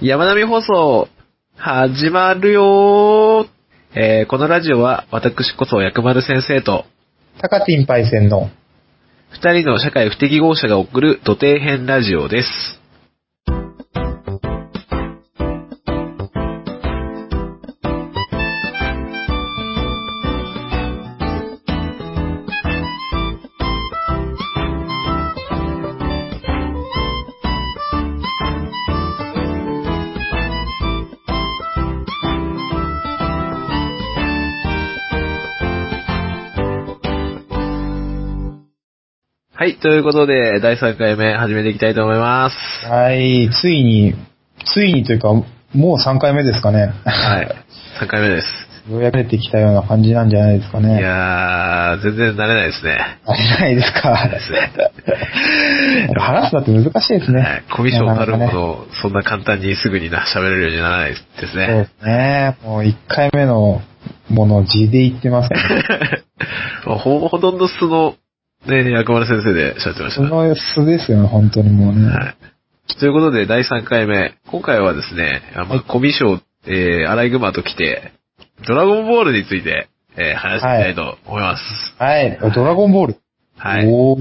山並放送、始まるよーえー、このラジオは、私こそ薬丸先生と、タカティンパイセンの、二人の社会不適合者が送る土底編ラジオです。はい、ということで、第3回目始めていきたいと思います。はい、ついに、ついにというか、もう3回目ですかね。はい、3回目です。ようやく出てきたような感じなんじゃないですかいね。やー、全然慣れないですね。あれじゃないですか。ですね話すのって難しいですはねい。、コミッションたるもなかなかねのを、そんな簡単にすぐにな、喋れるようにならないですそうでね。すね。もう1回目のものを字で言ってますけど、ほ、ほとんど素の、ね、薬丸先生で喋ってましたそ。の素ですよね、本当にもうね。はい。ということで、第3回目。今回はですね、あまあ、コミショえー、アライグマと来て、ドラゴンボールについて、えー話してみたいと思います。はい、ドラゴンボール。はい。い、おー、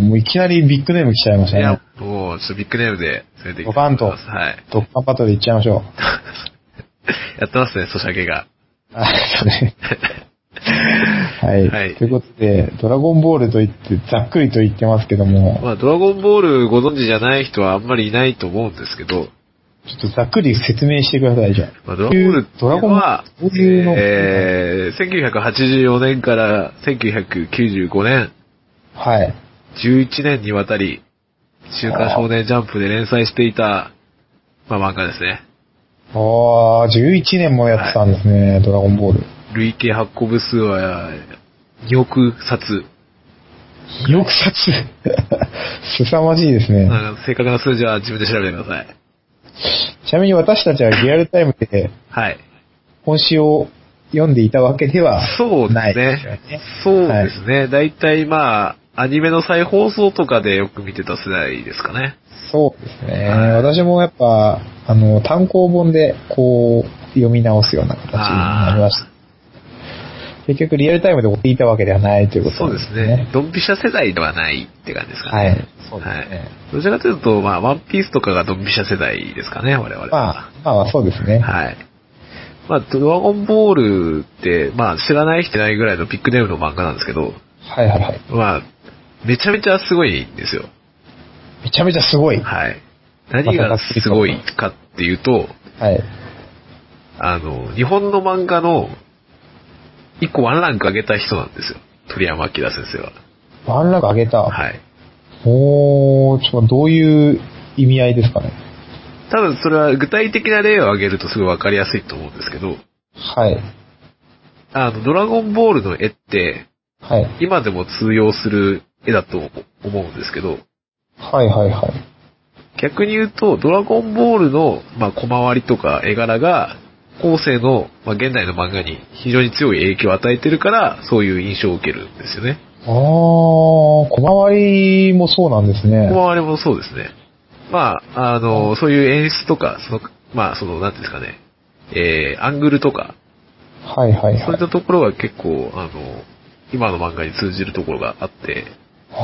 もういきなりビッグネーム来ちゃいましたやね。、もう、ちょっとビッグネームで、連れていきたいと思いますドカンとはい。ドッカンパトで行っちゃいましょう。やってますね、ソシャゲが。あ、そうね。はい、はいということで、ドラゴンボールと言って、ざっくりと言ってますけども、まあ、ドラゴンボールご存知じゃない人はあんまりいないと思うんですけど、ちょっとざっくり説明してください、じゃあ。まあ、ドラゴンボールっていうのは、ドラゴンボールっていうのはえー、1984年から1995年、はい。 11年にわたり、週刊少年ジャンプで連載していた、まあ、漫画ですね。あー、11年もやってたんですね、ドラゴンボール。累計発行部数は2億冊。よく冊凄まじいです ね。なんか正確な数字は自分で調べてください。ちなみに私たちはリアルタイムではい。本誌を読んでいたわけではそうでないすね。そうですね。だいたいまあ、アニメの再放送とかでよく見てた世代ですかね。そうですね。はい私もやっぱ、あの、単行本で、こう、読み直すような形になりました。結局、リアルタイムで追っていたわけではないということそうなでんですすねね。。ドンピシャ世代ではないって感じですかね。はい。そうですね。はい。どちらかというと、まあ、ワンピースとかがドンピシャ世代ですかね、我々は。まあ、まあ、そうですね。はい。まあ、ドラゴンボールって、まあ、知らない人いないぐらいのビッグネームの漫画なんですけど、はいはいはい。まあ、めちゃめちゃすごいんですよ。めちゃめちゃすごい。ははい。何がすごいかっていうと、い。あの、日本の漫画の一個ワンランク上げた人なんですよ。鳥山明先生は。ワンランク上げた。はい。おー、ちょっとどういう意味合いですかね。多分それは具体的な例を挙げるとすごいわかりやすいと思うんですけど、はい。あの、ドラゴンボールの絵って、はい。今でも通用する絵だと思うんですけど、はいはいはい。逆に言うと、ドラゴンボールの、まあ、小回りとか絵柄が、後世の、まあ、現代の漫画に非常に強い影響を与えてるから、そういう印象を受けるんですよね。あー、小回りもそうなんですね。小回りもそうですね。まあ、あの、そういう演出とか、その、まあ、その、なんていうんですかね、えー、アングルとか、はいはいそうっ。はいたところが結構、あの、今の漫画に通じるところがあって、ああ、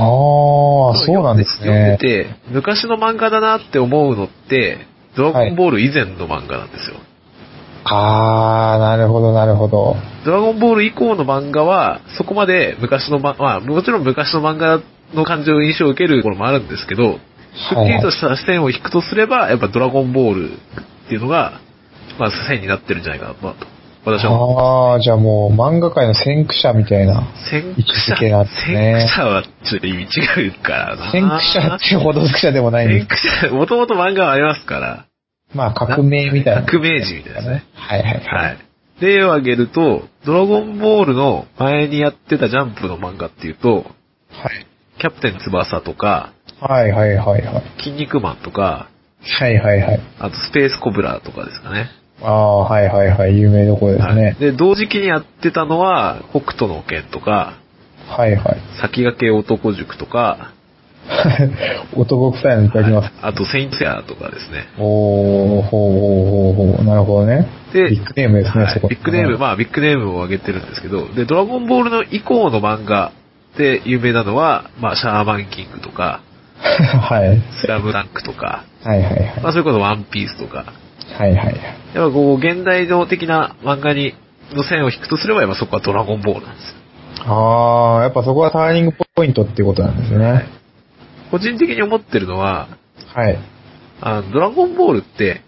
そうなんです読ね。んでて、昔の漫画だなって思うのって、ドラゴンボール以前の漫画なんですよ。ああ、なるほど、なるほど。ドラゴンボール以降の漫画は、そこまで昔のま、まあ、もちろん昔の漫画の感じの印象を受けるところもあるんですけど、すっきりとした視点を引くとすれば、やっぱドラゴンボールっていうのが、まあ、線になってるんじゃないかなと、まあと私は思う。ああー、じゃあもう漫画界の先駆者みたいな。先位駆置者、づけなんですね先駆者はちょっと意味違うからな。先駆者ってほど駆者でもないんで先すけ駆者、もともと漫画はありますから。ど。まあ革命みたいな。革命児みたいなね。はいはいはい。例を挙げると、ドラゴンボールの前にやってたジャンプの漫画っていうと、キャプテン翼とか、はい。はいはいはいはい。筋肉マンとか、はいはいはい。あとスペースコブラとかですかね。ああ、はいはいはい。有名どころですはいね。で、同時期にやってたのは、北斗の拳とか、はいはい。 先駆け男塾とか、男臭いのいただきます。あと、セイントセアとかですね。おー、ほうほうほうほう。なるほどね。でビッグネームですね、はいそこ。ビッグネーム、まあ、ビッグネームを挙げてるんですけど、で、ドラゴンボールの以降の漫画で有名なのは、まあ、シャーマンキングとか、 はい。はいスラムダンクとか、はいはい。まあ、それこそワンピースとか、はいはいはい。やっぱこう、現代の的な漫画に、の線を引くとすれば、やっぱそこはドラゴンボールなんですよ。あー、やっぱそこがターニングポイントっていうことなんですね。個人的に思ってるのは、はい。あのドラゴンボールって、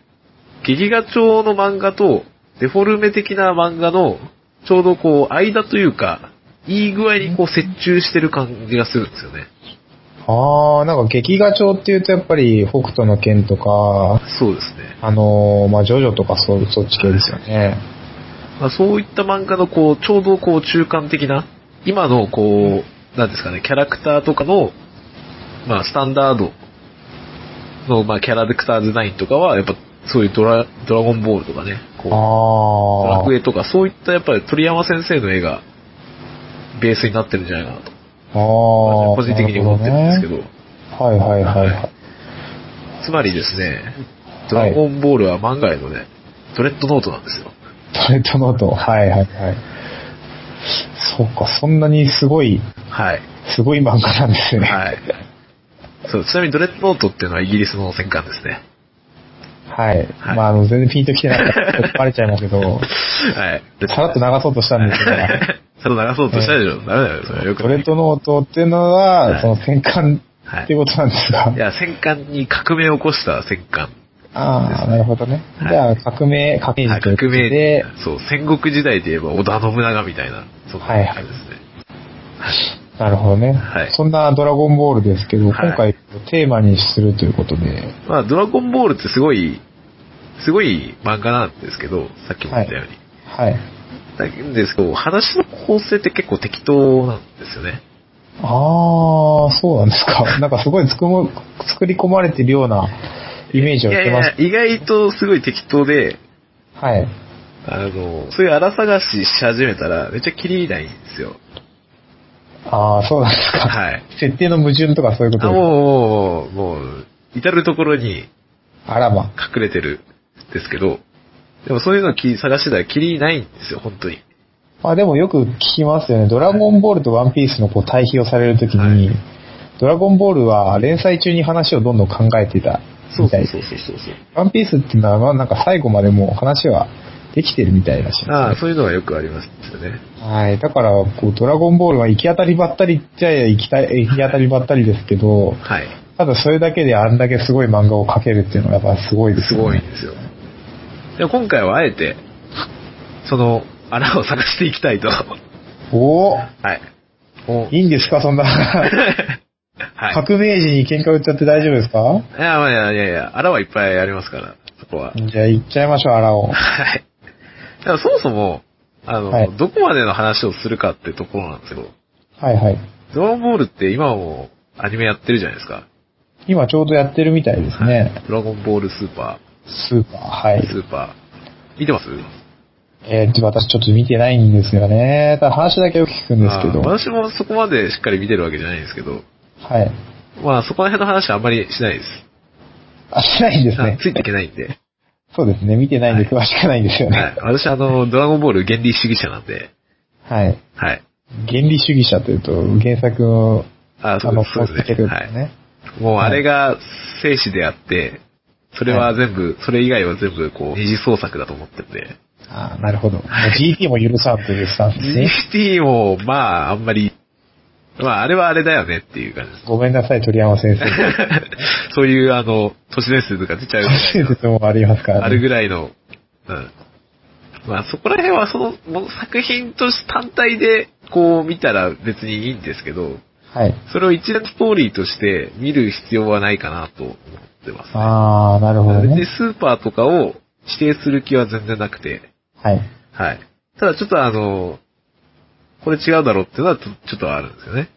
ゲギガ調の漫画と、デフォルメ的な漫画の、ちょうどこう、間というか、いい具合にこう、折衷してる感じがするんですよね。あー、なんか劇画調っていうとやっぱり北斗の剣とか、そうですね。あのー、まあ、ジョジョとかそうそっち系ですよね。まあ、そういった漫画のこう、ちょうどこう、中間的な、今のこう、なんですかね、キャラクターとかの、まあ、スタンダードの、まあ、キャラクターデザインとかは、やっぱ、そういうドラ、ドラゴンボールとかね、こう、ドあラクー。エとか、そういったやっぱり鳥山先生の絵が、ベースになってるんじゃないかなと、あ個ー。人的に思ってるんですけど、ど。はいはいはいはい。つまりですね、ドラゴンボールは漫画へのね、ドレッドノートなんですよ。トレッドノート。はいはいはい。そうか、そんなにすごい、はい。すごい漫画なんですね。 はい。そう、ちなみにドレッドノートっていうのはイギリスの戦艦ですね。はい。はいまあ、あの、全然ピンときてなかったらバレちゃいますけど、はい。さらっと流そうとしたんですけ ど、それ流そうとしたでしょ。ダメだよ、それはよくトない。レッドノートっていうのはは、いその戦艦はいっていうことなんですが、いや、戦艦に革命を起こした戦艦。ああ、なるほどね。はいじゃあ、革命、革命はい児というこ革と命で、そう、戦国時代で言えば織田信長みたいな、そんなはいは感いじですね。なるほどねはい。そんなドラゴンボールですけど、はい今回テーマにするということで、まあ、ドラゴンボールってすごい、すごい漫画なんですけど、さっきも言ったように。はい。なんですけど、話の構成って結構適当なんですよね。ああ、そうなんで すか。なんかすごい作も作り込まれてるようなイメージいをや受いけます。や、意外とすごい適当で、はい。あの、そういう荒探しし始めたら、めっちゃキリないんですよ。ああ、そうなんですか。はい。設定の矛盾とかそういうこあとですもう、もう、もう、至るところにあらま。隠れてるんですけど、でもそういうのをき探してたらキリないんですよ、本当に。まあでもよく聞きますよね。ドラゴンボールとワンピースのこう対比をされるときに、はいドラゴンボールは連載中に話をどんどん考えていたそうそみたういそうで。そうそう。ワンピースっていうのはまあなんか最後までもう話はできてるみたいだし。ああ、そういうのはよくありますよね。はい。だから、こう、ドラゴンボールは行き当たりばったりっちゃ行きた行き当たりばったりですけど、はい。ただそれだけであんだけすごい漫画を描けるっていうのはやっぱすごいですすよごいね。んですよ。でも今回はあえて、その、穴を探していきたいと。はおおい。おいいんですかそんな。はい。革命児に喧嘩売っちゃって大丈夫ですかいや、まあいやいやいや、穴はいっぱいありますから、そこは。じゃあ行っちゃいましょう、アラを。はい。だからそもそも、あの、はいどこまでの話をするかってところなんですけど、はいはい。ドラゴンボールって今もアニメやってるじゃないですか。今ちょうどやってるみたいですね。ドラゴンボールスーパスーパー、はー、いス。ーパー。見てますえー、私ちょっと見てないんですよね。ただ話だけよく聞くんですけど。あーはい。私もそこまでしっかり見てるわけじゃないんですけど、まあそこら辺の話はあんまりしないです。あ、しないんですあね。ついていけないんで。そうですね。見てないんで詳しくないんですよはねい。。私、あの、ドラゴンボール原理主義者なんで、はい。はい。原理主義者というと、原作を、あ、そうであの、すそうこうでつけすね。るんではすい。ね。もうあれが生死であって、それは全部、それ以外は全部、こう、二次創作だと思ってて。ああ、なるほど。もう GT も許さんというスタンス ですね。 GT も、まあ、あんまり、まあ、あれはあれだよねっていう感じ です。ごめんなさい、鳥山先生。そういう、あの、都市伝説が出ちゃうぐらい親の切もありますからあるね。ぐらいの、うん。まあそこら辺はその、もう作品として単体でこう見たら別にいいんですけど、はい。それを一連ストーリーとして見る必要はないかなと思ってます、ああ、なるほど別にね。スーパーとかを指定する気は全然なくて、はい。はい。ただちょっとあの、これ違うだろうっていうのはちょちょっとあるんですよね。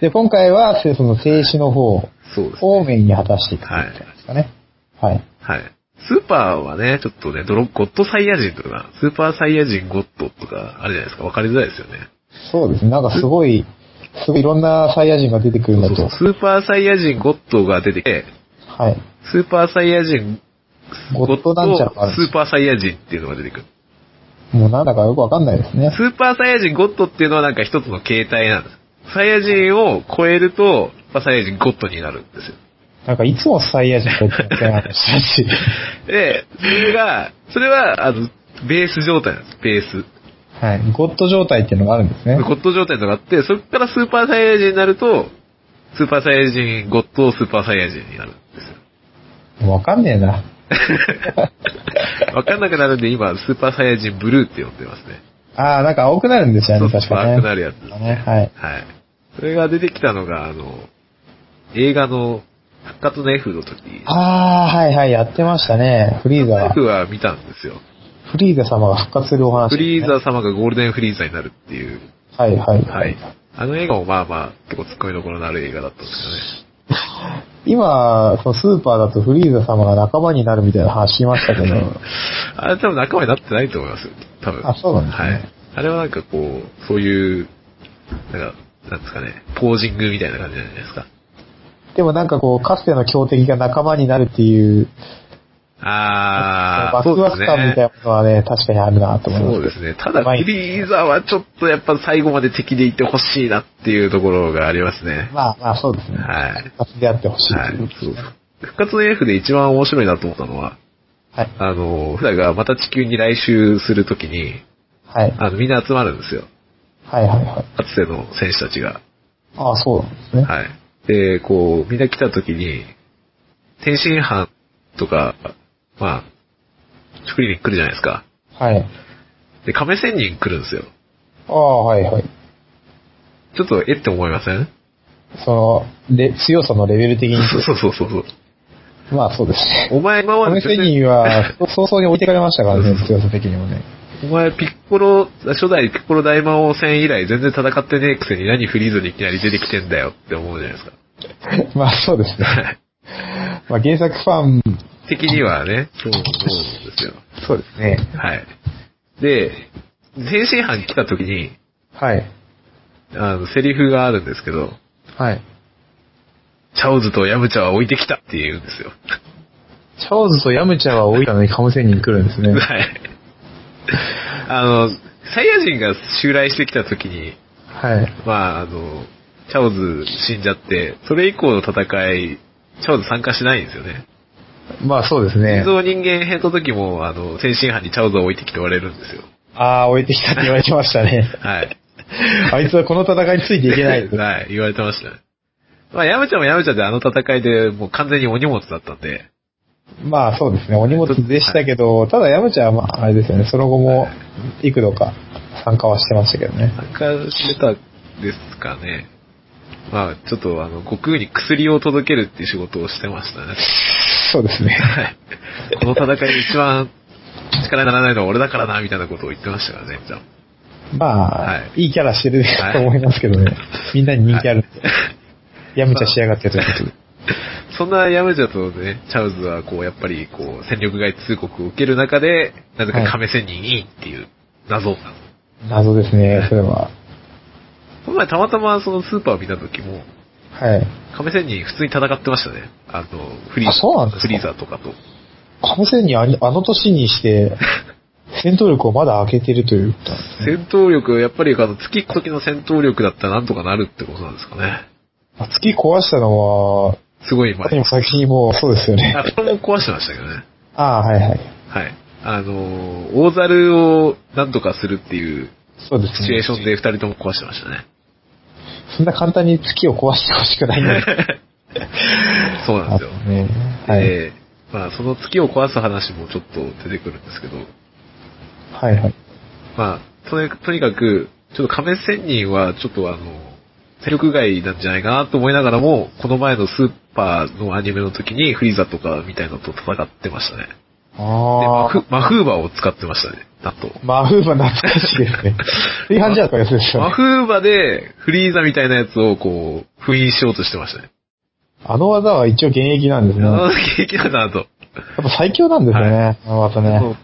で、今回は、せその、静止の方そうですね。をメインに果たしていくってことですかね。はい。はい。スーパーはね、ちょっとね、ドロゴッドサイヤ人とか、スーパーサイヤ人ゴッドとか、あるじゃないですか。わかりづらいですよね。そうですね。なんかすごい、すごいいろんなサイヤ人が出てくるんだそうと。そうスーパーサイヤ人ゴッドが出てきて、はい。スーパーサイヤ人ゴッドなんちゃらもあるんですスーパーサイヤ人っていうのが出てくる。もうなんだかよくわかんないですね。スーパーサイヤ人ゴッドっていうのはなんか一つの形態なんです。サイヤ人を超えると、スーパーサイヤ人ゴッドになるんですよ。なんかいつもサイヤ人が言ってたし。 で、それが、それは、あの、ベース状態なんです、ベース。はい。ゴッド状態っていうのがあるんですね。ゴッド状態とかあって、そこからスーパーサイヤ人になると、スーパーサイヤ人、ゴッドスーパーサイヤ人になるんですわかんねえな。よ。 わかんなくなるんで、今、スーパーサイヤ人ブルーって呼んでますね。ああ、なんか青くなるんですよそね、うそう確かね。青くなるやつね、はい。はい。それが出てきたのが、あの、映画の、復活の F の時。ああ、はいはい、やってましたね。フリーザは F は見たんですよ。フリーザ様が復活するお話、フリーザザ様がゴールデンフリーザになるっていう。はいはい。はい。あの映画もまあまあ、結構突っ込みどころのある映画だったんですよね。今、そのスーパーだとフリーザ様が仲間になるみたいな話しま したけど、あれ多分仲間になってないと思いますよ、多分。あそうなんですねはい。あれはなんかこう、そういう、なんか、なんですかね、ポージングみたいな感じじゃないですか。でもなんかこう、かつての強敵が仲間になるっていう、あー、ワクワク感みたいなものはね、確かにあるなと思います。そうですね。ただ、まあフリーザはちょっとやっぱ最後まで敵でいてほしいなっていうところがありますね。まあまあそうですね。はい。復活であってほしいはといいう。。そう復活の F で一番面白いなと思ったのは、はい。あの、普段がまた地球に来襲するときに、はい。あの、みんな集まるんですよ。はいはいはい。かつての選手たちが。ああ、そうなんですね。はい。で、こう、みんな来た時に、天津飯とか、まあ、作りに来るじゃないですか。はい。で、亀仙人来るんですよ。ああ、はいはい。ちょっと、えって思いませんその、レ強さのレベル 的に。そうそうそうそうそう。まあそうですね。お前今まで亀仙人は、早々に置いてかれましたからね、強さ的にも ね。お前ピッコロ、初代ピッコロ大魔王戦以来全然戦ってねえくせに何フリーズにいきなり出てきてんだよって思うじゃないですか。まあそうです ね。はいまあ原作ファン、的にはね、そう、そうなんですよ。そうですね。はい。で、天津飯来た時に、はい。あの、セリフがあるんですけど、はい。チャオズとヤムチャは置いてきたって言うんですよ。チャオズとヤムチャは置いたのにカム仙人来るんで すね。はい。あの、サイヤ人が襲来してきた時に、はい。まあ、あの、チャオズ死んじゃって、それ以降の戦い、チャオズ参加しないんですよね。まあそうですね人。造人間編の時も、あの、天津飯にチャオズを置いてきて追われるんですよ。。ああ、置いてきたって言われてました ねはい。あいつはこの戦いについていけない。 はい、言われてましたね。まあ、ヤムチャもヤムチャであの戦いでもう完全にお荷物だったんで、まあそうですね、お荷物でしたけど、ただヤムチャはまああれですよね、その後も幾度か参加はしてましたけどね。参加してたんですかね。まあ、ちょっとあの、悟空に薬を届けるっていう仕事をしてましたね。そうですね。はい。この戦いで一番力にならないのは俺だからな、みたいなことを言ってましたからね、じゃまあ、、はいいキャラしてるはいと思いますけどね。みんなに人気ある。ヤムチャしやがってということで。あ。そんなヤムジャとね、チャウズはこう、やっぱりこう、戦力外通告を受ける中で、なぜか亀仙人いいっていう謎なの。謎ですね、それは。この前たまたまそのスーパーを見た時も、はい。亀仙人普通に戦ってましたね。あの、フリーザあそうなんですかフリーザとかと。カムセンにありあの年にして、戦闘力をまだ開けてるということなんですね。戦闘力、やっぱりあの月時の戦闘力だったらなんとかなるってことなんですかね。まあ月壊したのは、すごい前後にも先にもそうですよね。あ、それも壊してましたけどね。ああ、はいはい。はい。あのー、大猿をなんとかするっていうそうですね。シチュエーションで二人とも壊してましたね。そんな簡単に月を壊してほしくないんだ そうなんですよ。ね。はい。で、まあその月を壊す話もちょっと出てくるんですけど、はいはい。まあ、とにとにかく、ちょっと亀仙人はちょっとあの、勢力外なんじゃないかなと思いながらも、この前のスーパーのアニメの時にフリーザとかみたいなのと戦ってましたね。でマあフマフーバーを使ってましたね、なんと。あ。マフーバ懐かしいですね。炊飯ジャーとかやつですよマね。フーバでフリーザみたいなやつをこう、封印しようとしてましたね。あの技は一応現役なんですね。あやっの、景気なんだなと。ぱ最強なんですよね、あの技ね。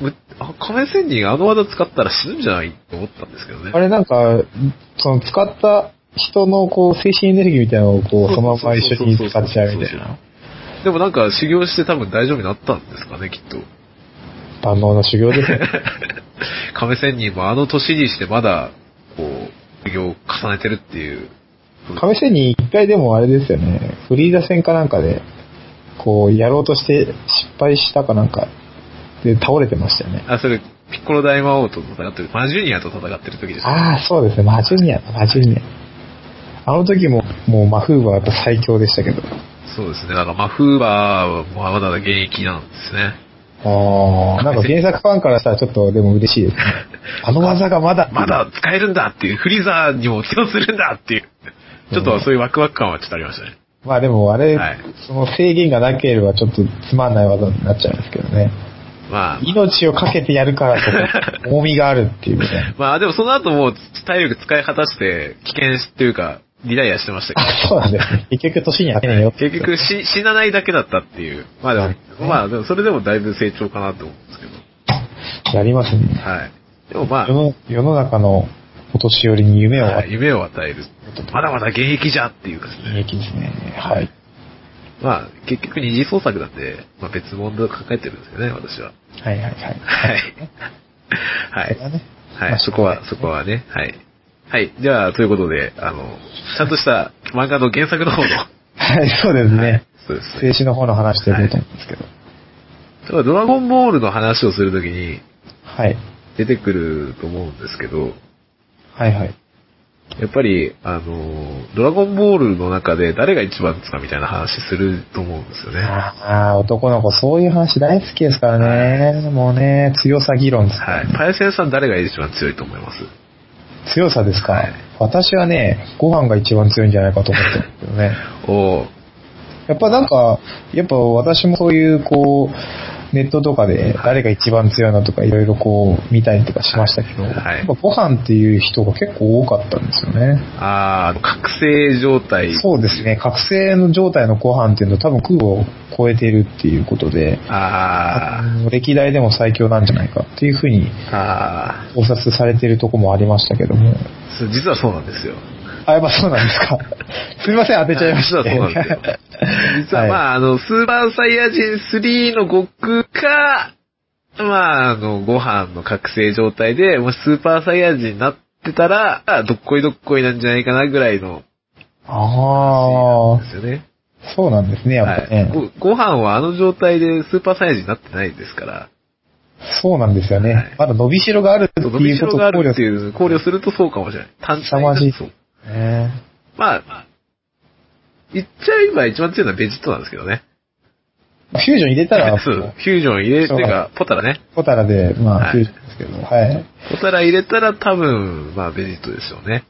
むあ亀仙人あの技使ったら死ぬんじゃないって思ったんですけどね。あれなんか、その使った人のこう精神エネルギーみたいなのをこうそのまま一緒に使っちゃうみたいな。でもなんか修行して多分大丈夫になったんですかね、きっと。 万能な修行ですね。亀仙人もあの年にしてまだ、こう、修行を重ねてるっていう。亀仙人一回でもあれですよね、フリーザ戦かなんかで、こうやろうとして失敗したかなんか、で倒れてましたよね。あ、それ、ピッコロ大魔王と戦ってる、マジュニアと戦ってる時ですね。ああ、そうですね、マジュニア、マジュニア。あの時も、もうマフーバーやっぱ最強でしたけど。そうですね。だから、マフーバーはまだ現役なんですね。ああ、なんか原作ファンからしたらちょっとでも嬉しいで すね。あの技がまだ、まだ使えるんだっていう、フリーザーにも通用するんだっていう、ちょっとそういうワクワク感はちょっとありましたね。まあでもあれ、はいその制限がなければちょっとつまんない技になっちゃいますけど ね。まあ、命をかけてやるからと重みがあるっていうね。まあでもその後もう体力使い果たして危険しっていうか、リライアしてましたけど。 あ、そうなんですね。 結局年に当てねえよって結局死死なないだけだったっていう。まあでも、まあでもそれでもだいぶ成長かなと思うんですけど。 やりますね。はい。でもまあ世、の世の中のお年寄りに夢をは与いえ夢を与える。まだまだ現役じゃっていうかでするね。べきですね。はい。まあ結局二次創作なんで、まあ別物を抱えてるんですよね、私は。はいはいはい。 はい。はそれい。はね。はい、そこは、そこはね。はい。はい。じゃあ、ということで、あの、ちゃんとした漫画の原作の方の、はい、そうですね。そうですね静止の方の話ということなんですけど。ただドラゴンボールの話をするときにはい。出てくると思うんですけど、はいはい。やっぱり、あの、ドラゴンボールの中で誰が一番ですかみたいな話すると思うんですよね。はああ、男の子、そういう話大好きですからね。もうね、強さ議論ですからい。パイセンさん誰が一番強いと思います強さですか、はい私はね、ご飯が一番強いんじゃないかと思ってるんですけどね。おーやっぱなんか、やっぱ私もそういう、こう、ネットとかで誰が一番強いのとかいろいろこう見たりとかしましたけど、はいやっぱご飯っていう人が結構多かったんですよね。あーあの、覚醒状態。そうですね、覚醒の状態のご飯っていうのは多分空を超えてるっていうことで、あー歴代でも最強なんじゃないかっていうふうにあ考察されてるとこもありましたけども。ーそう実はそうなんですよ。あ、やっぱそうなんですか。 すみません、当てちゃいました、実はそうなんですよ。 実はまあ、あ、あの、スーパーサイヤ人3の悟空か、まあ、あの、ご飯の覚醒状態で、もしスーパーサイヤ人になってたら、あどっこいどっこいなんじゃないかなぐらいの、 あですよね。あ、そうなんですね、やっぱね。はいご。ご飯はあの状態でスーパーサイヤ人になってないですから、そうなんですよね。はいまだ伸びしろがあるって伸びしいうころとをが考ある慮ってする。いう、考慮するとそうかもしれない。単体凄まじいそう。ねまあ、言っちゃえば一番強いのはベジットなんですけどね。まあフュージョン入れたら、 そう。フュージョン入れ、てそうか、ポタラね。ポタラで、まはいあ、フュージョンですけど、はい。ポタラ入れたら多分、まあ、ベジットですよね。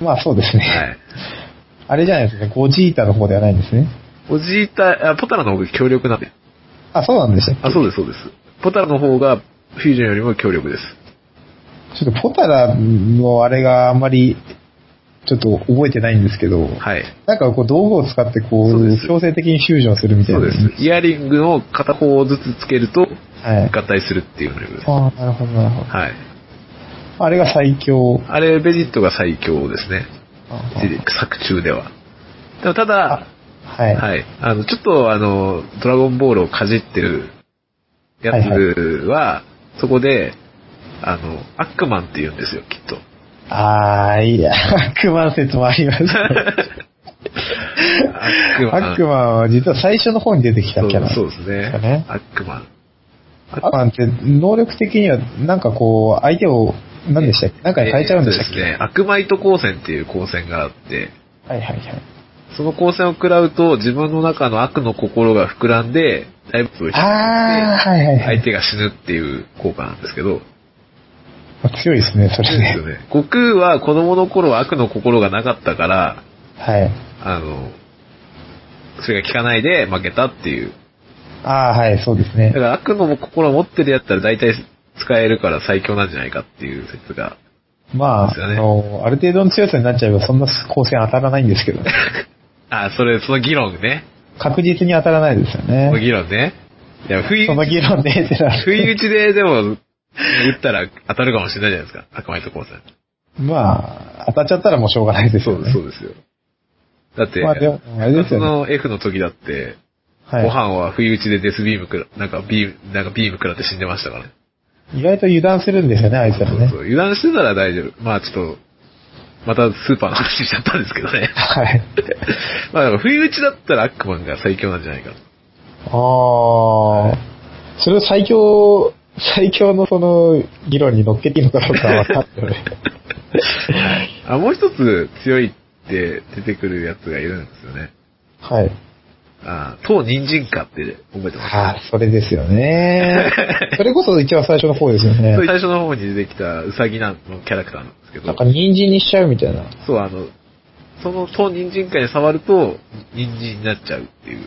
まあ、そうですね。はい。あれじゃないですね、ゴジータの方ではないんですね。おじいた、あ、ポタラの方が強力なんで。あ、そうなんでしたっけあ、そうです、そうです。ポタラの方が、フュージョンよりも強力です。ちょっとポタラのあれがあんまり、ちょっと覚えてないんですけど、はい。なんかこう道具を使ってこそうでうす、強制的にフュージョンするみたいそな。うです。イヤリングの片方ずつつけると、はい。合体するっていう能力です。ああ、なるほど、なるほど。はい。あれが最強。あれ、ベジットが最強ですね。作中では。でもただ、はい。はい。あの、ちょっと、あの、ドラゴンボールをかじってるやつは、そこで、あの、悪魔って言うんですよ、きっと。ああ、いいや。 悪魔説もありました。悪悪魔は実は最初の方に出てきたキャラ。そうそうですかねね。悪魔。悪魔って能力的にはなんかこう、相手を、何でしたっけなんかに変えちゃうんでしたっえーとけ、ですね。悪魔糸光線っていう光線があって、はいはいはい。その光線を食らうと自分の中の悪の心が膨らんで、大仏を引いてああ、はいはいは相い。手が死ぬっていう効果なんですけど、強いですね、そそれうですよね。ね。悟空は子供の頃は悪の心がなかったから、はい。あの、それが効かないで負けたっていう。ああ、はい、そうですだねか。ら悪の心を持ってるやったら大体使えるから最強なんじゃないかっていう説が。まであ、すよねあの、ある程度の強さになっちゃえばそんな光線当たらないんですけど ね。あ、それ、その議論ね。確実に当たらないですよそのね。議論ね。いや、不意 そ、の議論で、ってなる不意打ちで、でも、打ったら当たるかもしれないじゃないですか。赤ワイト光線。まあ、当たっちゃったらもうしょうがないですそようです、ね。そうですよ。だって、まあでもあれですよねの F の時だって、はご飯は不意打ちでデスビームくら、なんかビーム、なんかビーム食らって死んでましたからね。い。意外と油断するんですよね、あいつらね。そう。油断してたら大丈夫。まあちょっと、またスーパーの話しちゃったんですけどね はい。まあだから不意打ちだったらアックマンが最強なんじゃないかな。ああ、それを最強、最強のその議論に乗っけていいのかどうかは分かっ てる。あ、もう一つ強いって出てくるやつがいるんですよね。はい。あ、当人参かって覚えてます。ああ、それですよ ね。それこそ一番最初の方ですよねそう。最初の方に出てきたウサギなんのキャラクターなんですけなどんか、人参にしちゃうみたいな。そう、あの、その当人参かに触ると、人参になっちゃうっていう。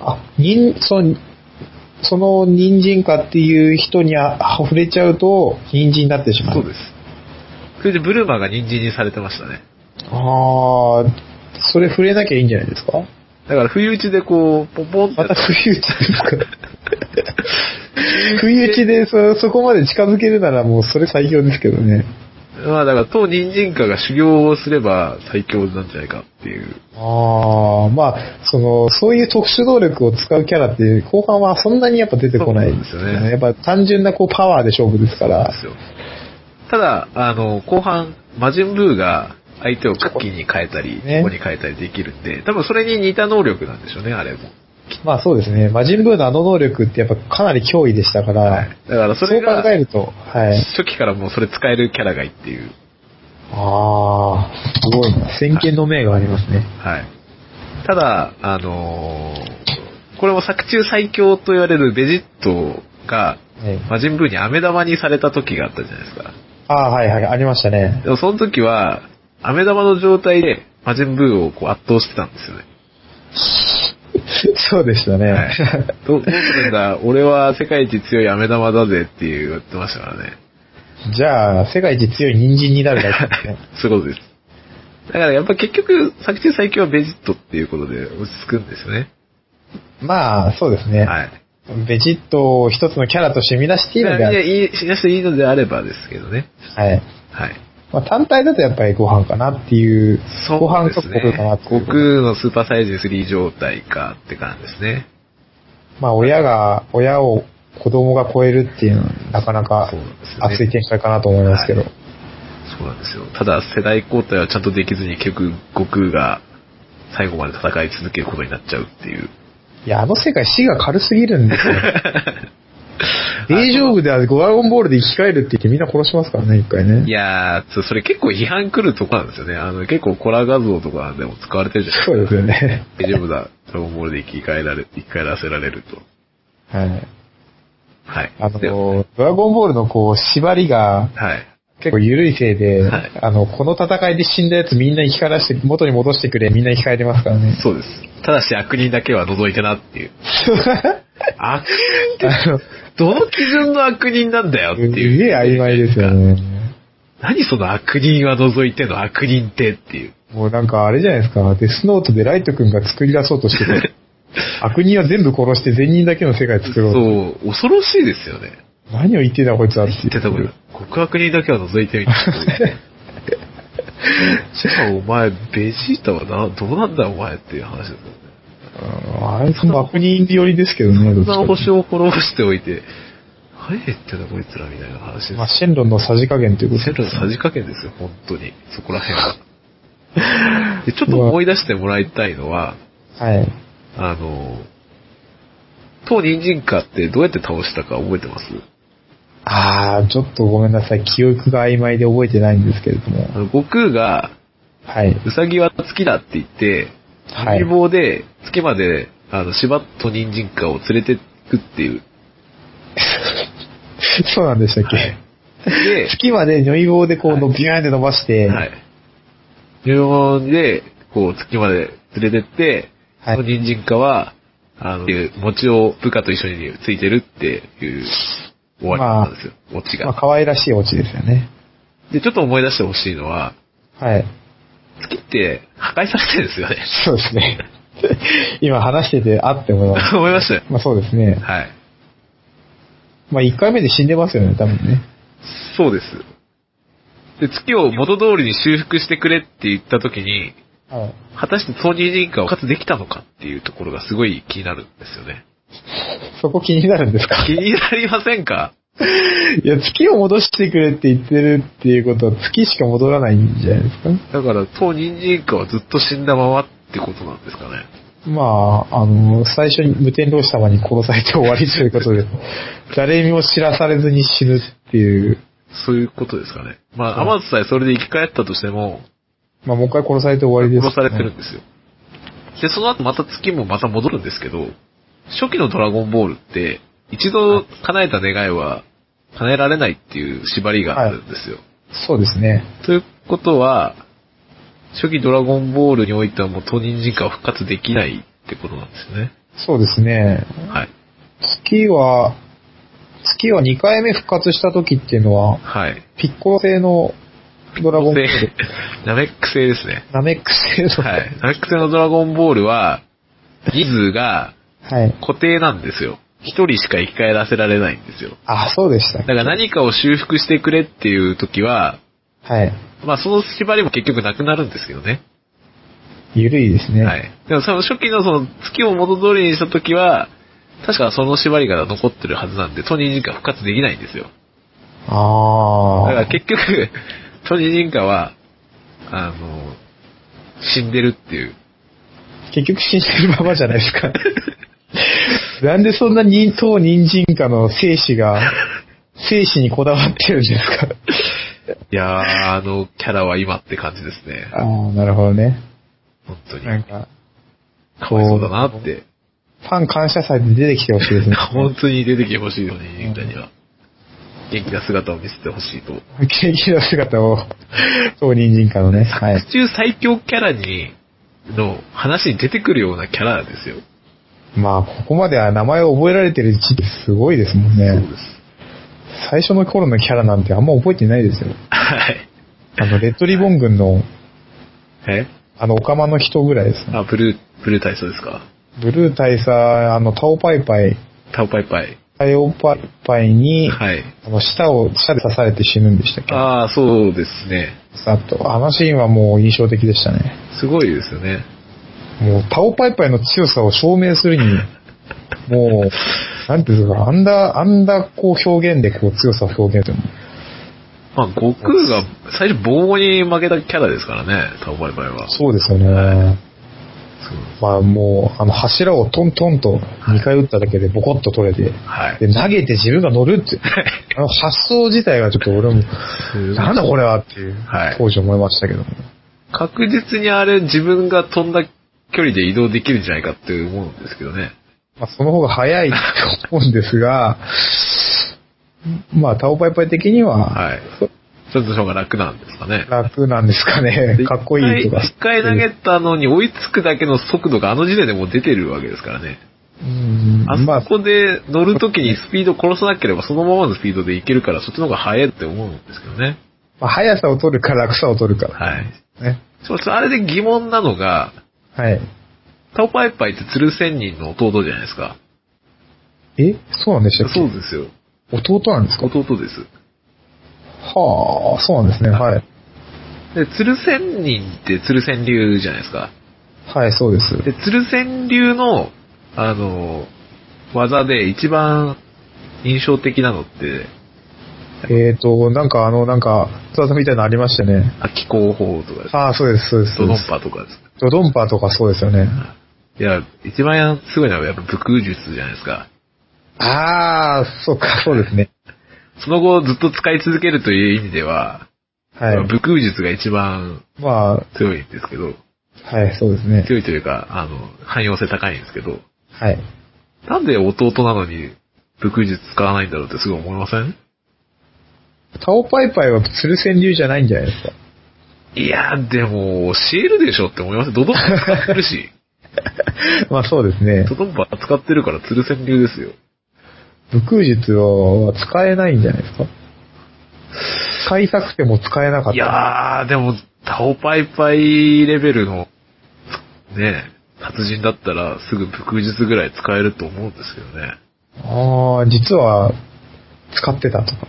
あ、人、その、その人参かっていう人にあ触れちゃうと、人参になってしまう。そうです。それでブルマーが人参にされてましたね。ああ、それ触れなきゃいいんじゃないですかだから、不意打ちでこう、ポンポンってまた不意打ちですか不意打ちでそ、そこまで近づけるならもうそれ最強ですけどね。まあだから、当人参家が修行をすれば最強なんじゃないかっていう。ああ、まあ、その、そういう特殊能力を使うキャラって、後半はそんなにやっぱ出てこないそうなんですよねやっぱ単純なこうパワーで勝負ですからで。すよ。ただ、あの、後半、魔人ブーが相手をクッキーに変えたり、ねここに変えたりできるんで、多分それに似た能力なんでしょうね、あれも。まあそうですね。魔人ブーのあの能力ってやっぱかなり脅威でしたから、だからそそれうが考、えると、はい。初期からもうそれ使えるキャラがいいっていう。ああ、すごいな。先見の明がありますね。はい。ただ、あのーこれも作中最強と言われるベジットが、はい、魔人ブーに飴玉にされた時があったじゃないですか。ああ、はいはい、ありましたね。でもその時は、飴玉の状態で魔人ブーをこう圧倒してたんですよね。 そうでしたね。はいどどうするんだ俺は世界一強い飴玉だぜっていう言ってましたからね。じゃあ、世界一強い人参になるだけですね。 そういうことです。だからやっぱ結局、作中最強はベジットっていうことで落ち着くんですよね。まあ、そうですね。はい。ベジットを一つのキャラとして見出していいのであいやれいい、しなしていいのであればですけどね。はい。はい。まあ、単体だとやっぱりご飯かなっていう、ごそう飯でとすね。悟空かなっていう悟空のスーパーサイジン3状態かって感じですね。まあ、親が、親を子供が超えるっていうのは、なかなかそうなんですよね熱い展開かなと思いますけど。そうなんですよ。ただ、世代交代はちゃんとできずに結局、悟空が最後まで戦い続けることになっちゃうっていう。いや、あの世界死が軽すぎるんで すよ。大丈夫では、ゴラゴンボールで生き返るって言ってみんな殺しますからね、一回いね。やー、そそれ結構批判来るとこなんですよね。あの、結構コラ画像とかでも使われてるじゃないそうですよね。大丈夫だ。ドラゴンボールで生き返られ、生き返らせられると。はい。はい。あの、ではドラゴンボールのこう、縛りがはい。結構緩いせいで、はいあの、この戦いで死んだやつみんな生き返らして、元に戻してくれ、みんな生き返れますからね。そうです。ただし悪人だけは除いてなって いう。悪人って、あの、どの基準の悪人なんだよってすいう。げえ曖昧ですよね。何その悪人は除いての悪人ってっていう。もうなんかあれじゃないですか、デスノートでライト君が作り出そうとし てる。悪人は全部殺して善人だけの世界作そろう。う、恐ろしいですよね。何を言ってんだこいつはって言ってたこという。極悪人だけは除いてみたい な。じゃあお前、ベジータはな、どうなんだお前っていう話ですよね。うんあいつも悪人寄りですけどね、そどっんちかなというと星を滅ぼしておいて、何言ってんだこいつらみたいな話ですまあ、。シェンロンのさじ加減ということセルのさじ加減ですよ、本当に。そこら辺は。 でちょっと思い出してもらいたいのは、はい。あの、当人参家ってどうやって倒したか覚えてますあー、ちょっとごめんなさい。記憶が曖昧で覚えてないんですけれどもあ。の悟空が、はい。ウサギは月だって言って、はい指棒で月まで、あの、縛っと人参家を連れてくっていう。そうなんでしたっけ、で、 月まで如意棒でこうはいの、ビューンって伸ばして、はい。入門で、こう、月まで連れてって、はいその人参家は、あの、餅を部下と一緒についてるっていう終わりなんですよ、オチまあ、が。可愛らしいオチですよね。で、ちょっと思い出してほしいのは、はい。月って破壊されてるんですよね。 そうですね。今話してて、あって思いま す。思いましたよ。まあそうですね。はい。まあ、1回目で死んでますよね、多分ね。そうです。で、月を元通りに修復してくれって言った時に、はい。果たしてソニー人化を復活できたのかっていうところがすごい気になるんですよね。そこ気になるんですか気になりませんか いや、月を戻してくれって言ってるっていうことは月しか戻らないんじゃないですかだから、当人人化はずっと死んだままってことなんですかね。まあ、あの、最初に無天老師様に殺されて終わりということで、 誰にも知らされずに死ぬっていう、そういうことですかね。まあ、アマズさえそれで生き返ったとしても、まあ、もう一回殺されて終わりです、殺されてるんですよ。で、その後また月もまた戻るんですけど、初期のドラゴンボールって、一度叶えた願いは叶えられないっていう縛りがあるんですよ。そうですね。ということは、初期ドラゴンボールにおいてはもう当人人化は復活できないってことなんですね。そうですね。はい。月は、月は2回目復活した時っていうのは、はい。ピッコロ製のドラゴンボール、せナメック星ですね。ナメック製の、はい。ナメック星のドラゴンボールは、人数がはい。固定なんですよ。一人しか生き返らせられないんですよ。あ、そうでしただ。から何かを修復してくれっていう時は、はい。まあその縛りも結局なくなるんですけどね。ゆるいですね。はい。でもその初期のその月を元通りにした時は、確かその縛りが残ってるはずなんで、トニー人化復活できないんですよ。だあからあ。結局、 トニー人化は、あの、死んでるっていう。結局死んでるままじゃないですか。 なんでそんなに当人参家の生死が、 生死にこだわってるんですか。いやー、あのキャラは今って感じですね。ああ、なるほどね。本当に。なんか、かわいそうだなって。。ファン感謝祭で出てきてほしいですね 本当に出てきてほしい、トニー人化には。元気な姿を見せてほしいと元気な姿を、当人参家のね。はい。中最強キャラに、の話に出てくるようなキャラですよ。まあ、ここまでは名前を覚えられてるうちってすごいですもんそうねで。す。最初の頃のキャラなんてあんま覚えてないですよ。はい。あの、レッドリボン軍の、えあの、オカマの人ぐらいですね。あ、ブルー、ブルー体操ですかブルー大佐、あの、タオパイパイ、タオパイパイ。タオパイパイに、はい。あの、舌を、舌で刺されて死ぬんでしたっけああ、そうですね。あと、あのシーンはもう印象的でしたね。すごいですよね。もう、タオパイパイの強さを証明するに、もう、なんていうんですか、あんだ、あんだ、こう表現で、こう強さを表現するの。まあ、悟空が最初棒に負けたキャラですからね、タオパイパイは。そうですよね。そうまあもう、あの柱をトントンと2回打っただけでボコッと取れて、はい。で、投げて自分が乗るって、あの発想自体がちょっと俺も、すごないんだこれはっていうはい、当時思いましたけども。確実にあれ自分が飛んだ距離で移動できるんじゃないかって思うんですけどね。まあ、その方が早いと思うんですが、まあ、タオパイパイ的にははい。ちょっとその方が楽なんですかね。楽なんですかね。かっこいいとか。一回一回投げたのに追いつくだけの速度があの時点でもう出てるわけですからね。うんあまあそ、こで乗るときにスピード殺さなければそのままのスピードでいけるからそっちの方が速いって思うんですけどね。まあ、速さを取るか楽さを取るか。はい。ね。そうあれで疑問なのが、はい。タオパイパイって鶴仙人の弟じゃないですか。えそうなんでしたっそうけですよ。弟なんですか弟です。はあ、そうなんですね。はい。で、鶴仙人って鶴仙流じゃないですか。はい、そうです。で、鶴仙流の、あの、技で一番印象的なのって、えっ、と、なんかあの、なんか、ツアーみたいなのありましたね。あ、気候法とかです。ああ、そうです、そうです。ドドンパとかです。ドドンパとかそうですよね。いや、一番すごいのはやっぱ武空術じゃないですか。ああ、そうか、そうですね。その後ずっと使い続けるという意味では、はい。武空術が一番ま強いんですけど、あ、はい、そうですね。強いというか、あの、汎用性高いんですけど、はい。なんで弟なのに武空術使わないんだろうってすごい思いませんタオパイパイは鶴川流じゃないんじゃないですか。いや、でも、教えるでしょって思います。ドドンパ使ってる し、まあそうですねド。ドンパ使ってるから鶴仙流ですよ。武空術は使えないんじゃないですか。使いたくても使えなかった。いやー、でも、タオパイパイレベルの、ね、達人だったらすぐ武空術ぐらい使えると思うんですけどね。ああ、実は、使ってたとか。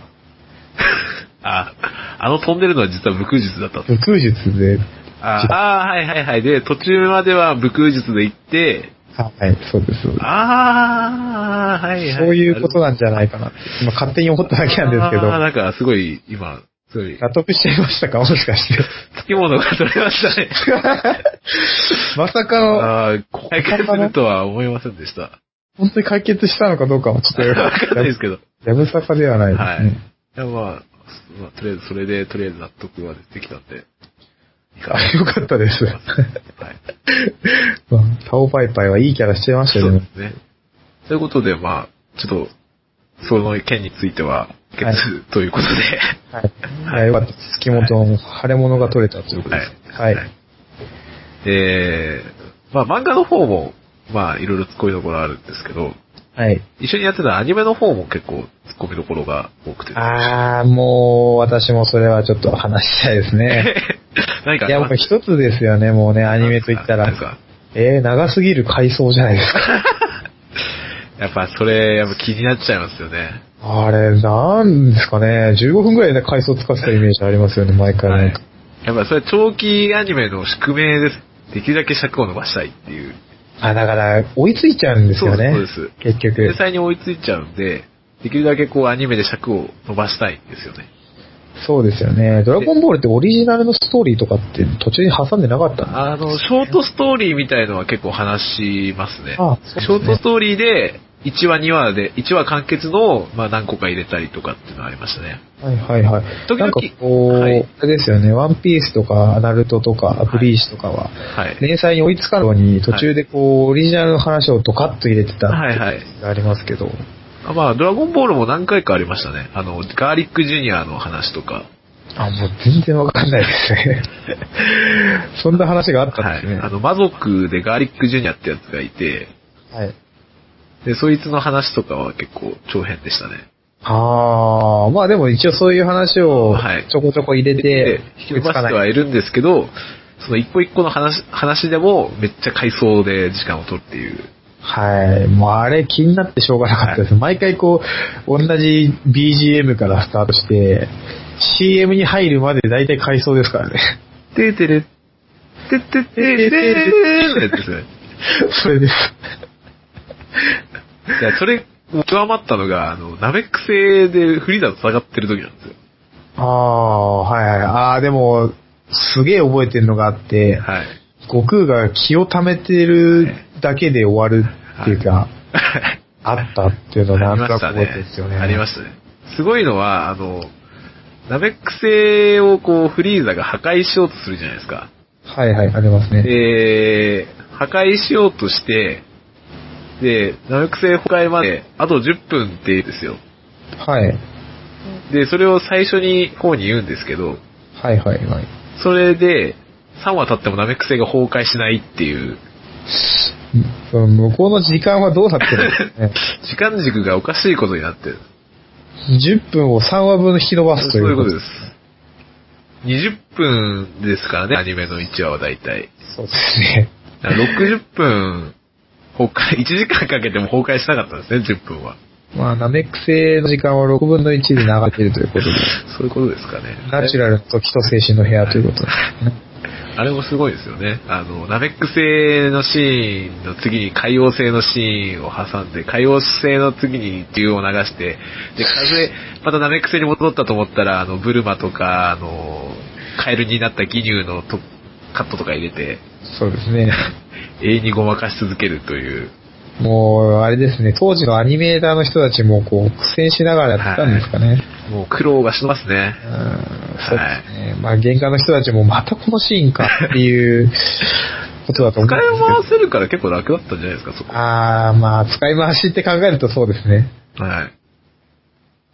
あ、あの飛んでるのは実は武空術だったと。武空術で、ああー、はいはいはい。で、途中までは武空術で行って、はい、そうです。そうですああ、はいはい。そういうことなんじゃないかなって。今勝手に思っただけなんですけどあー、なんかすごい、今、すごい、納得しちゃいましたかもしかして。 つきものが取れましたね。まさかの、ああ、解決するとは思いませんでした。本当に解決したのかどうかもちょっとよくわかんないですけど。いやぶさかではないですね。や、まあ、まあとりあえず、それで、とりあえず納得はできたんで。いいかなあ、 よかったです。はい。 まあタオパイパイはいいキャラしてましたそうよでね。すね。ということで、まあ、ちょっと、その件については、決、はいということで。はい。いやよかったです。月本の腫れ物が取れたということです。はい。はい。えー、まあ、漫画の方も、まあ、いろいろ突っ込みどころあるんですけど、一緒にやってたアニメの方も結構突っ込みどころが多くて。あー、もう、私もそれはちょっと話したいで すね。 何かありいや、まもす、う一つですよね、もうね、アニメと言ったならん。か、えー、長すぎる回想じゃないで すか。やっぱそれ、やっぱ気になっちゃいますよね。あれ、なんですかね、15分くらいで回想使ってたイメージありますよね、毎回はなんいか。。やっぱそれ長期アニメの宿命です。できるだけ尺を伸ばしたいっていう。あ、だから、追いついちゃうんですよね。そうですそう結天局。才に追いついちゃうんで、できるだけこうアニメで尺を伸ばしたいんですよね。そうですよね。ドラゴンボールってオリジナルのストーリーとかって途中に挟んでなかったんだあの、ショートストーリーみたいのは結構話しますね。あそうですねショートストーリーで、1話2話で、1話完結のを、まあ何個か入れたりとかっていうのはありましたね。はいはいはい。時々なんかこう、はいあれですよね、ワンピースとか、アナルトとか、いブリーチとかは、はい。連載に追いつかんように、途中でこう、オリジナルの話をドカッと入れてたってはいはい。がありますけど、あまあ、ドラゴンボールも何回かありましたね。あの、ガーリックジュニアの話とか。あ、もう全然わかんないで すね。そんな話があったんはでいすね。。あの、魔族でガーリックジュニアってやつがいて、はい。で、そいつの話とかは結構長編でしたね。ああ、まあでも一応そういう話をはいちょこちょこ入れてで、、引き伸ばしてはいるんですけど、その一個一個の話、話でもめっちゃ回想で時間を取るっていう。はい。もうあれ気になってしょうがなかったです。毎回こう、同じ BGM からスタートして、CM に入るまで大体回想ですからね。 てーてれ、てってってーてれーってやつですね。それです。いや、それ、上回ったのが、あの、ナメック星でフリーザと戦ってる時なんですよ。ああ、はいはい。ああ、でも、すげえ覚えてるのがあって、はい。悟空が気を溜めてるだけで終わるっていうか、あったっていうのをあなんりまとなしくた覚えねてるんですよね。。ありましたね。すごいのは、あの、ナメック星をこう、フリーザが破壊しようとするじゃないですか。はいはい、ありますね。で、破壊しようとして、で、ナメック星崩壊まで、あと10分って言うんですよ。はい。で、それを最初に方に言うんですけど、はいはいはい。それで、3話経ってもナメック星が崩壊しないっていう、その向こうの時間はどうなってるんですか ね。時間軸がおかしいことになってる。 10分を3話分引き伸ばすとそいうういうことでです。20分ですからね、アニメの1話は大体。す。そうですね。だから60分、崩壊、1時間かけても崩壊しなかったんですね、10分は。まあ、ナメック星の時間は6分の1で流れているということで、そういうことですかね。ナチュラルと気と精神の部屋ということですね。あれもすごいですよね。あの、ナメック星のシーンの次に海王星のシーンを挟んで、海王星の次に竜を流して、で、風、またナメック星に戻ったと思ったら、あの、ブルマとか、あの、カエルになったギニューのとカットとか入れて、そうですね。永遠にごまかし続けるという。もう、あれですね、当時のアニメーターの人たちもこう、苦戦しながらやってたんですかね。もう苦労がしてますね。うんそうですね。まあ、原画の人たちもまたこのシーンかっていうことだと使思ういんで回すけど。せるから結構楽だったんじゃないですか、そこ。あー、まあ、使い回しって考えるとそうですね。はい。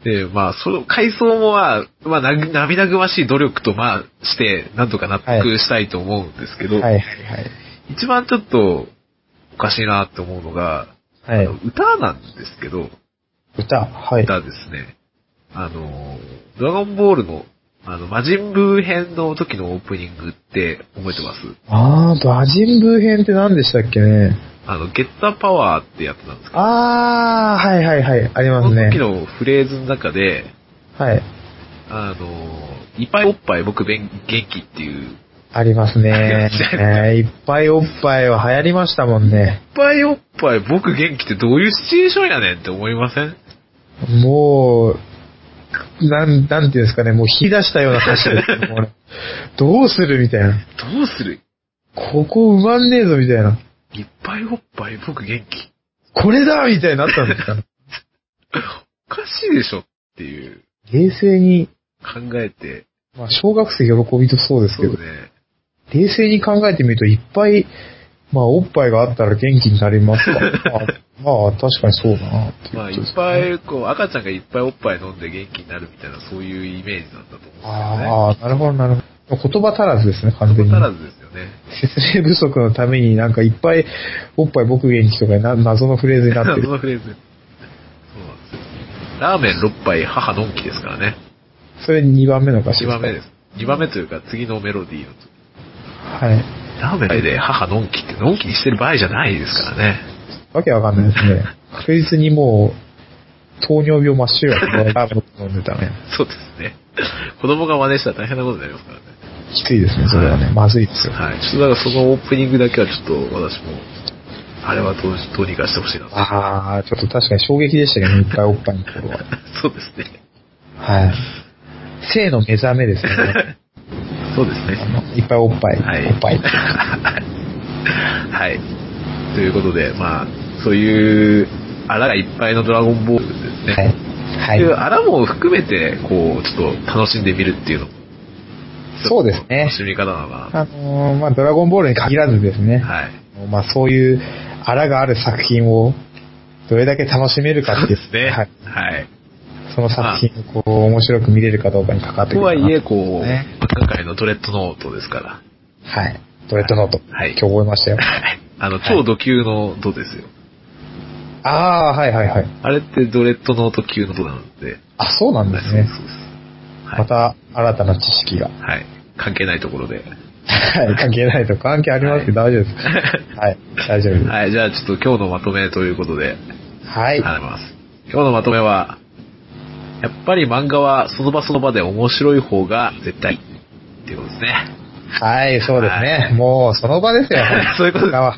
で、まあ、その回想もは、まあ、な涙ぐましい努力と、まあ、して、なんとか納得したいと思うんですけど、はいはいはい。一番ちょっと、おかしいなって思うのが、はいあの。歌なんですけど、歌、はい。歌ですね。あの、ドラゴンボールのあの、魔人ブー編の時のオープニングって覚えてますあー、バジンブー編って何でしたっけね。あの、ゲッターパワーってやつなんですけど、あー、はいはいはい、ありまそすのね時。のフレーズの中で、はい。あの、いっぱいおっぱい僕べん元気っていう、いっありますね。 えーいっぱいおっぱいは流行りましたもんね。ぱいおっぱい僕元気ってどういうシチュエーションやねんって思いませんもう、なん、なんていうんですかね、もう引き出したような歌詞で すよ。もうどうするみたいな。どうするここ埋まんねえぞみたいな。いっぱいおっぱい僕元気。これだみたいになったんです かね。おかしいでしょっていう冷静に、考えて、まあ、小学生喜びとそうですそけうど、ね。冷静に考えてみるといっぱい、まあ、おっぱいがあったら元気になります かまあ、まあ、確かにそうだなっていうまあ、いことでっすねぱい、こう、赤ちゃんがいっぱいおっぱい飲んで元気になるみたいな、そういうイメージなんだと思うんですよね。ああ、なるほど、なるほど。言葉足らずですね、完全言に葉。足らずですよね。説明不足のためになんかいっぱい、おっぱい僕元気とかな謎のフレーズになっ そてる。のフレーズ。そうなんですよ。ラーメン6杯、母のんきですからね。それ2番目の歌詞1です番か目です。2番目というか、次のメロディーの。はい。ラーメンで母のんきって、のんきにしてる場合じゃないですからね。わけわかんないですね。確実にもう、糖尿病真っ白 やね。ラーメン飲んでたね。そうですね。子供が真似したら大変なことになりますからね。きついですね、それはね。まずいですよ。はい。ちょっとだからそのオープニングだけはちょっと私も、あれはどうどうにかしてほしいなと。ああ、ちょっと確かに衝撃でしたけどね、いっぱいおっぱいの頃は。 そうですね。はい。性の目覚めですね。 そうですあね。のいっぱいおっぱい、はい。おっぱい。 はい。ということで、まあ、そういう、あらがいっぱいのドラゴンボールですね。はい。いうはい。あらも含めて、こう、ちょっと楽しんでみるっていうのもそうですね楽しみ方なのかあのーまあ、ドラゴンボールに限らずですね。な。はい。まあ、そういう、あらがある作品を、どれだけ楽しめるかそうっていでう。すね。はい。 はいその作品をこう、面白く見れるかどうかにかかってくとるかはな。いえ、こう、ね今回のドレッドノートですから。はい。ドレッドノート。はい今日覚えましたよ。 あの、超ド級のドですよ。ああ、はいはいはい。あれってドレッドノート級のドなので。あ、そうなんですねはい。そうです。はい。また、新たな知識が。はい。関係ないところで。はい。関係ないと関係ありますけど、大丈夫です。はい。大丈夫です。はい。じゃあ、ちょっと今日のまとめということで、はい。話します。今日のまとめは、やっぱり漫画はその場その場で面白い方が絶対いいっていうことですね。はい、そうですはね。もう、その場ですよ。 そういうことです他は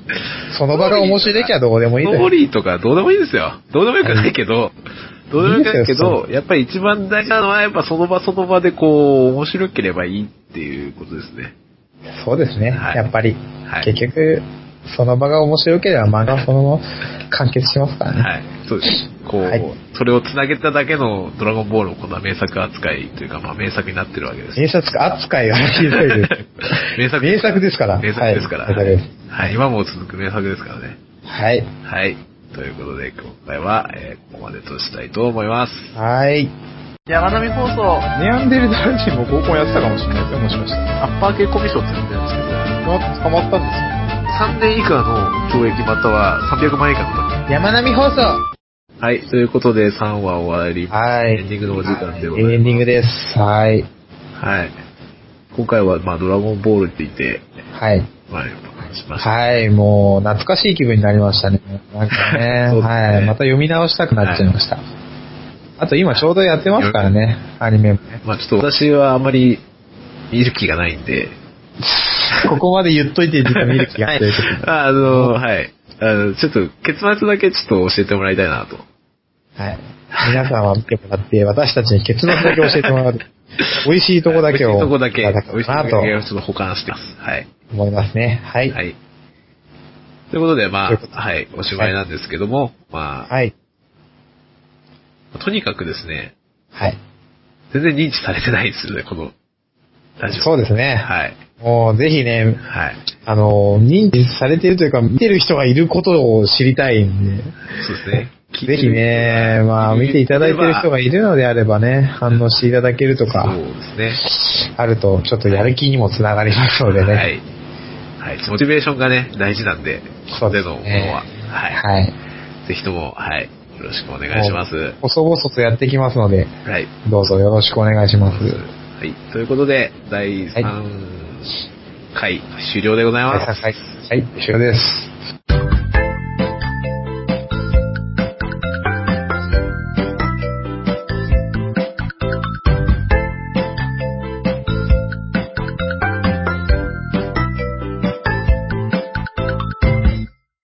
その場が面白いきゃどうでもいいスでトすー。リーとかどうでもいいですよ。どうでもよくないけど、どうでもよくないけいいですよど、やっぱり一番大事なのは、やっぱその場その場でこう、面白ければいいっていうことですね。そうですね。はいやっぱり。はい結局、その場が面白ければ漫画はそのまま完結しますからね。はい。そうです。こう、はいそれを繋げただけのドラゴンボールのこんな名作扱いというか、まあ名作になってるわけです。名作扱いがひどいです。 名作名作ですから。名作ですから。ははい。名作いで。はい今も続く名作ですからね。すはい。はい。ということで、今回は、えーここまでとしたいと思います。はい。山並放送、ネアンデルタル人も合コンやってたかもしれないですよ、もしかしたら。アッパー系コミションって呼んでるんですけど、捕まったんで3年以下の懲役または300万円以下のすよ。山並放送罰はい、ということで3話終わり、はい。エンディングのお時間でございます。エンディングです。はい。はい。今回は、まあ、ドラゴンボールについて、はい。まあ、やっぱ話しました。はい、もう、懐かしい気分になりましたね。なん かそうね、ですねはい。また読み直したくなっちゃいました。あと今ちょうどやってますからね、アニメもね。まあ、ちょっと私はあんまり見る気がないんで、ここまで言っといて実は見る気がないということで あの、はい。あの、ちょっと、結末だけちょっと教えてもらいたいなと。はい。皆さんは見てもらって、私たちに結末だけ教えてもらう。美味しいとこだけを。美味しいとこだけ、いただこ美う味しいとこかなだとけをちょっと保管してます。はい。思いますね。はい。ははい。い。ということで、まといあうこと、ではい、おしまいなんですけども、まあ、はい。とにかくですね、全然認知されてないですよね、この、ラジオ。そうですね。はい。もう、ぜひね、はい。あの、認知されてるというか、見てる人がいることを知りたいんで。そうですね。ぜひね、まあ、見ていただいてる人がいいるのであればね、反応していただけるとるか。かそ、うですね。あると、ちょっとやる気にもつながりますのではね。い。はい。モチベーションがね、大事なんで、ここでのものは。ははい。い。ぜひとも、はい。よろしくお願いします。細々とやってきますので、はい。どうぞよろしくお願いします。ははい。ということで、第3回終了でございます。はい、終了です。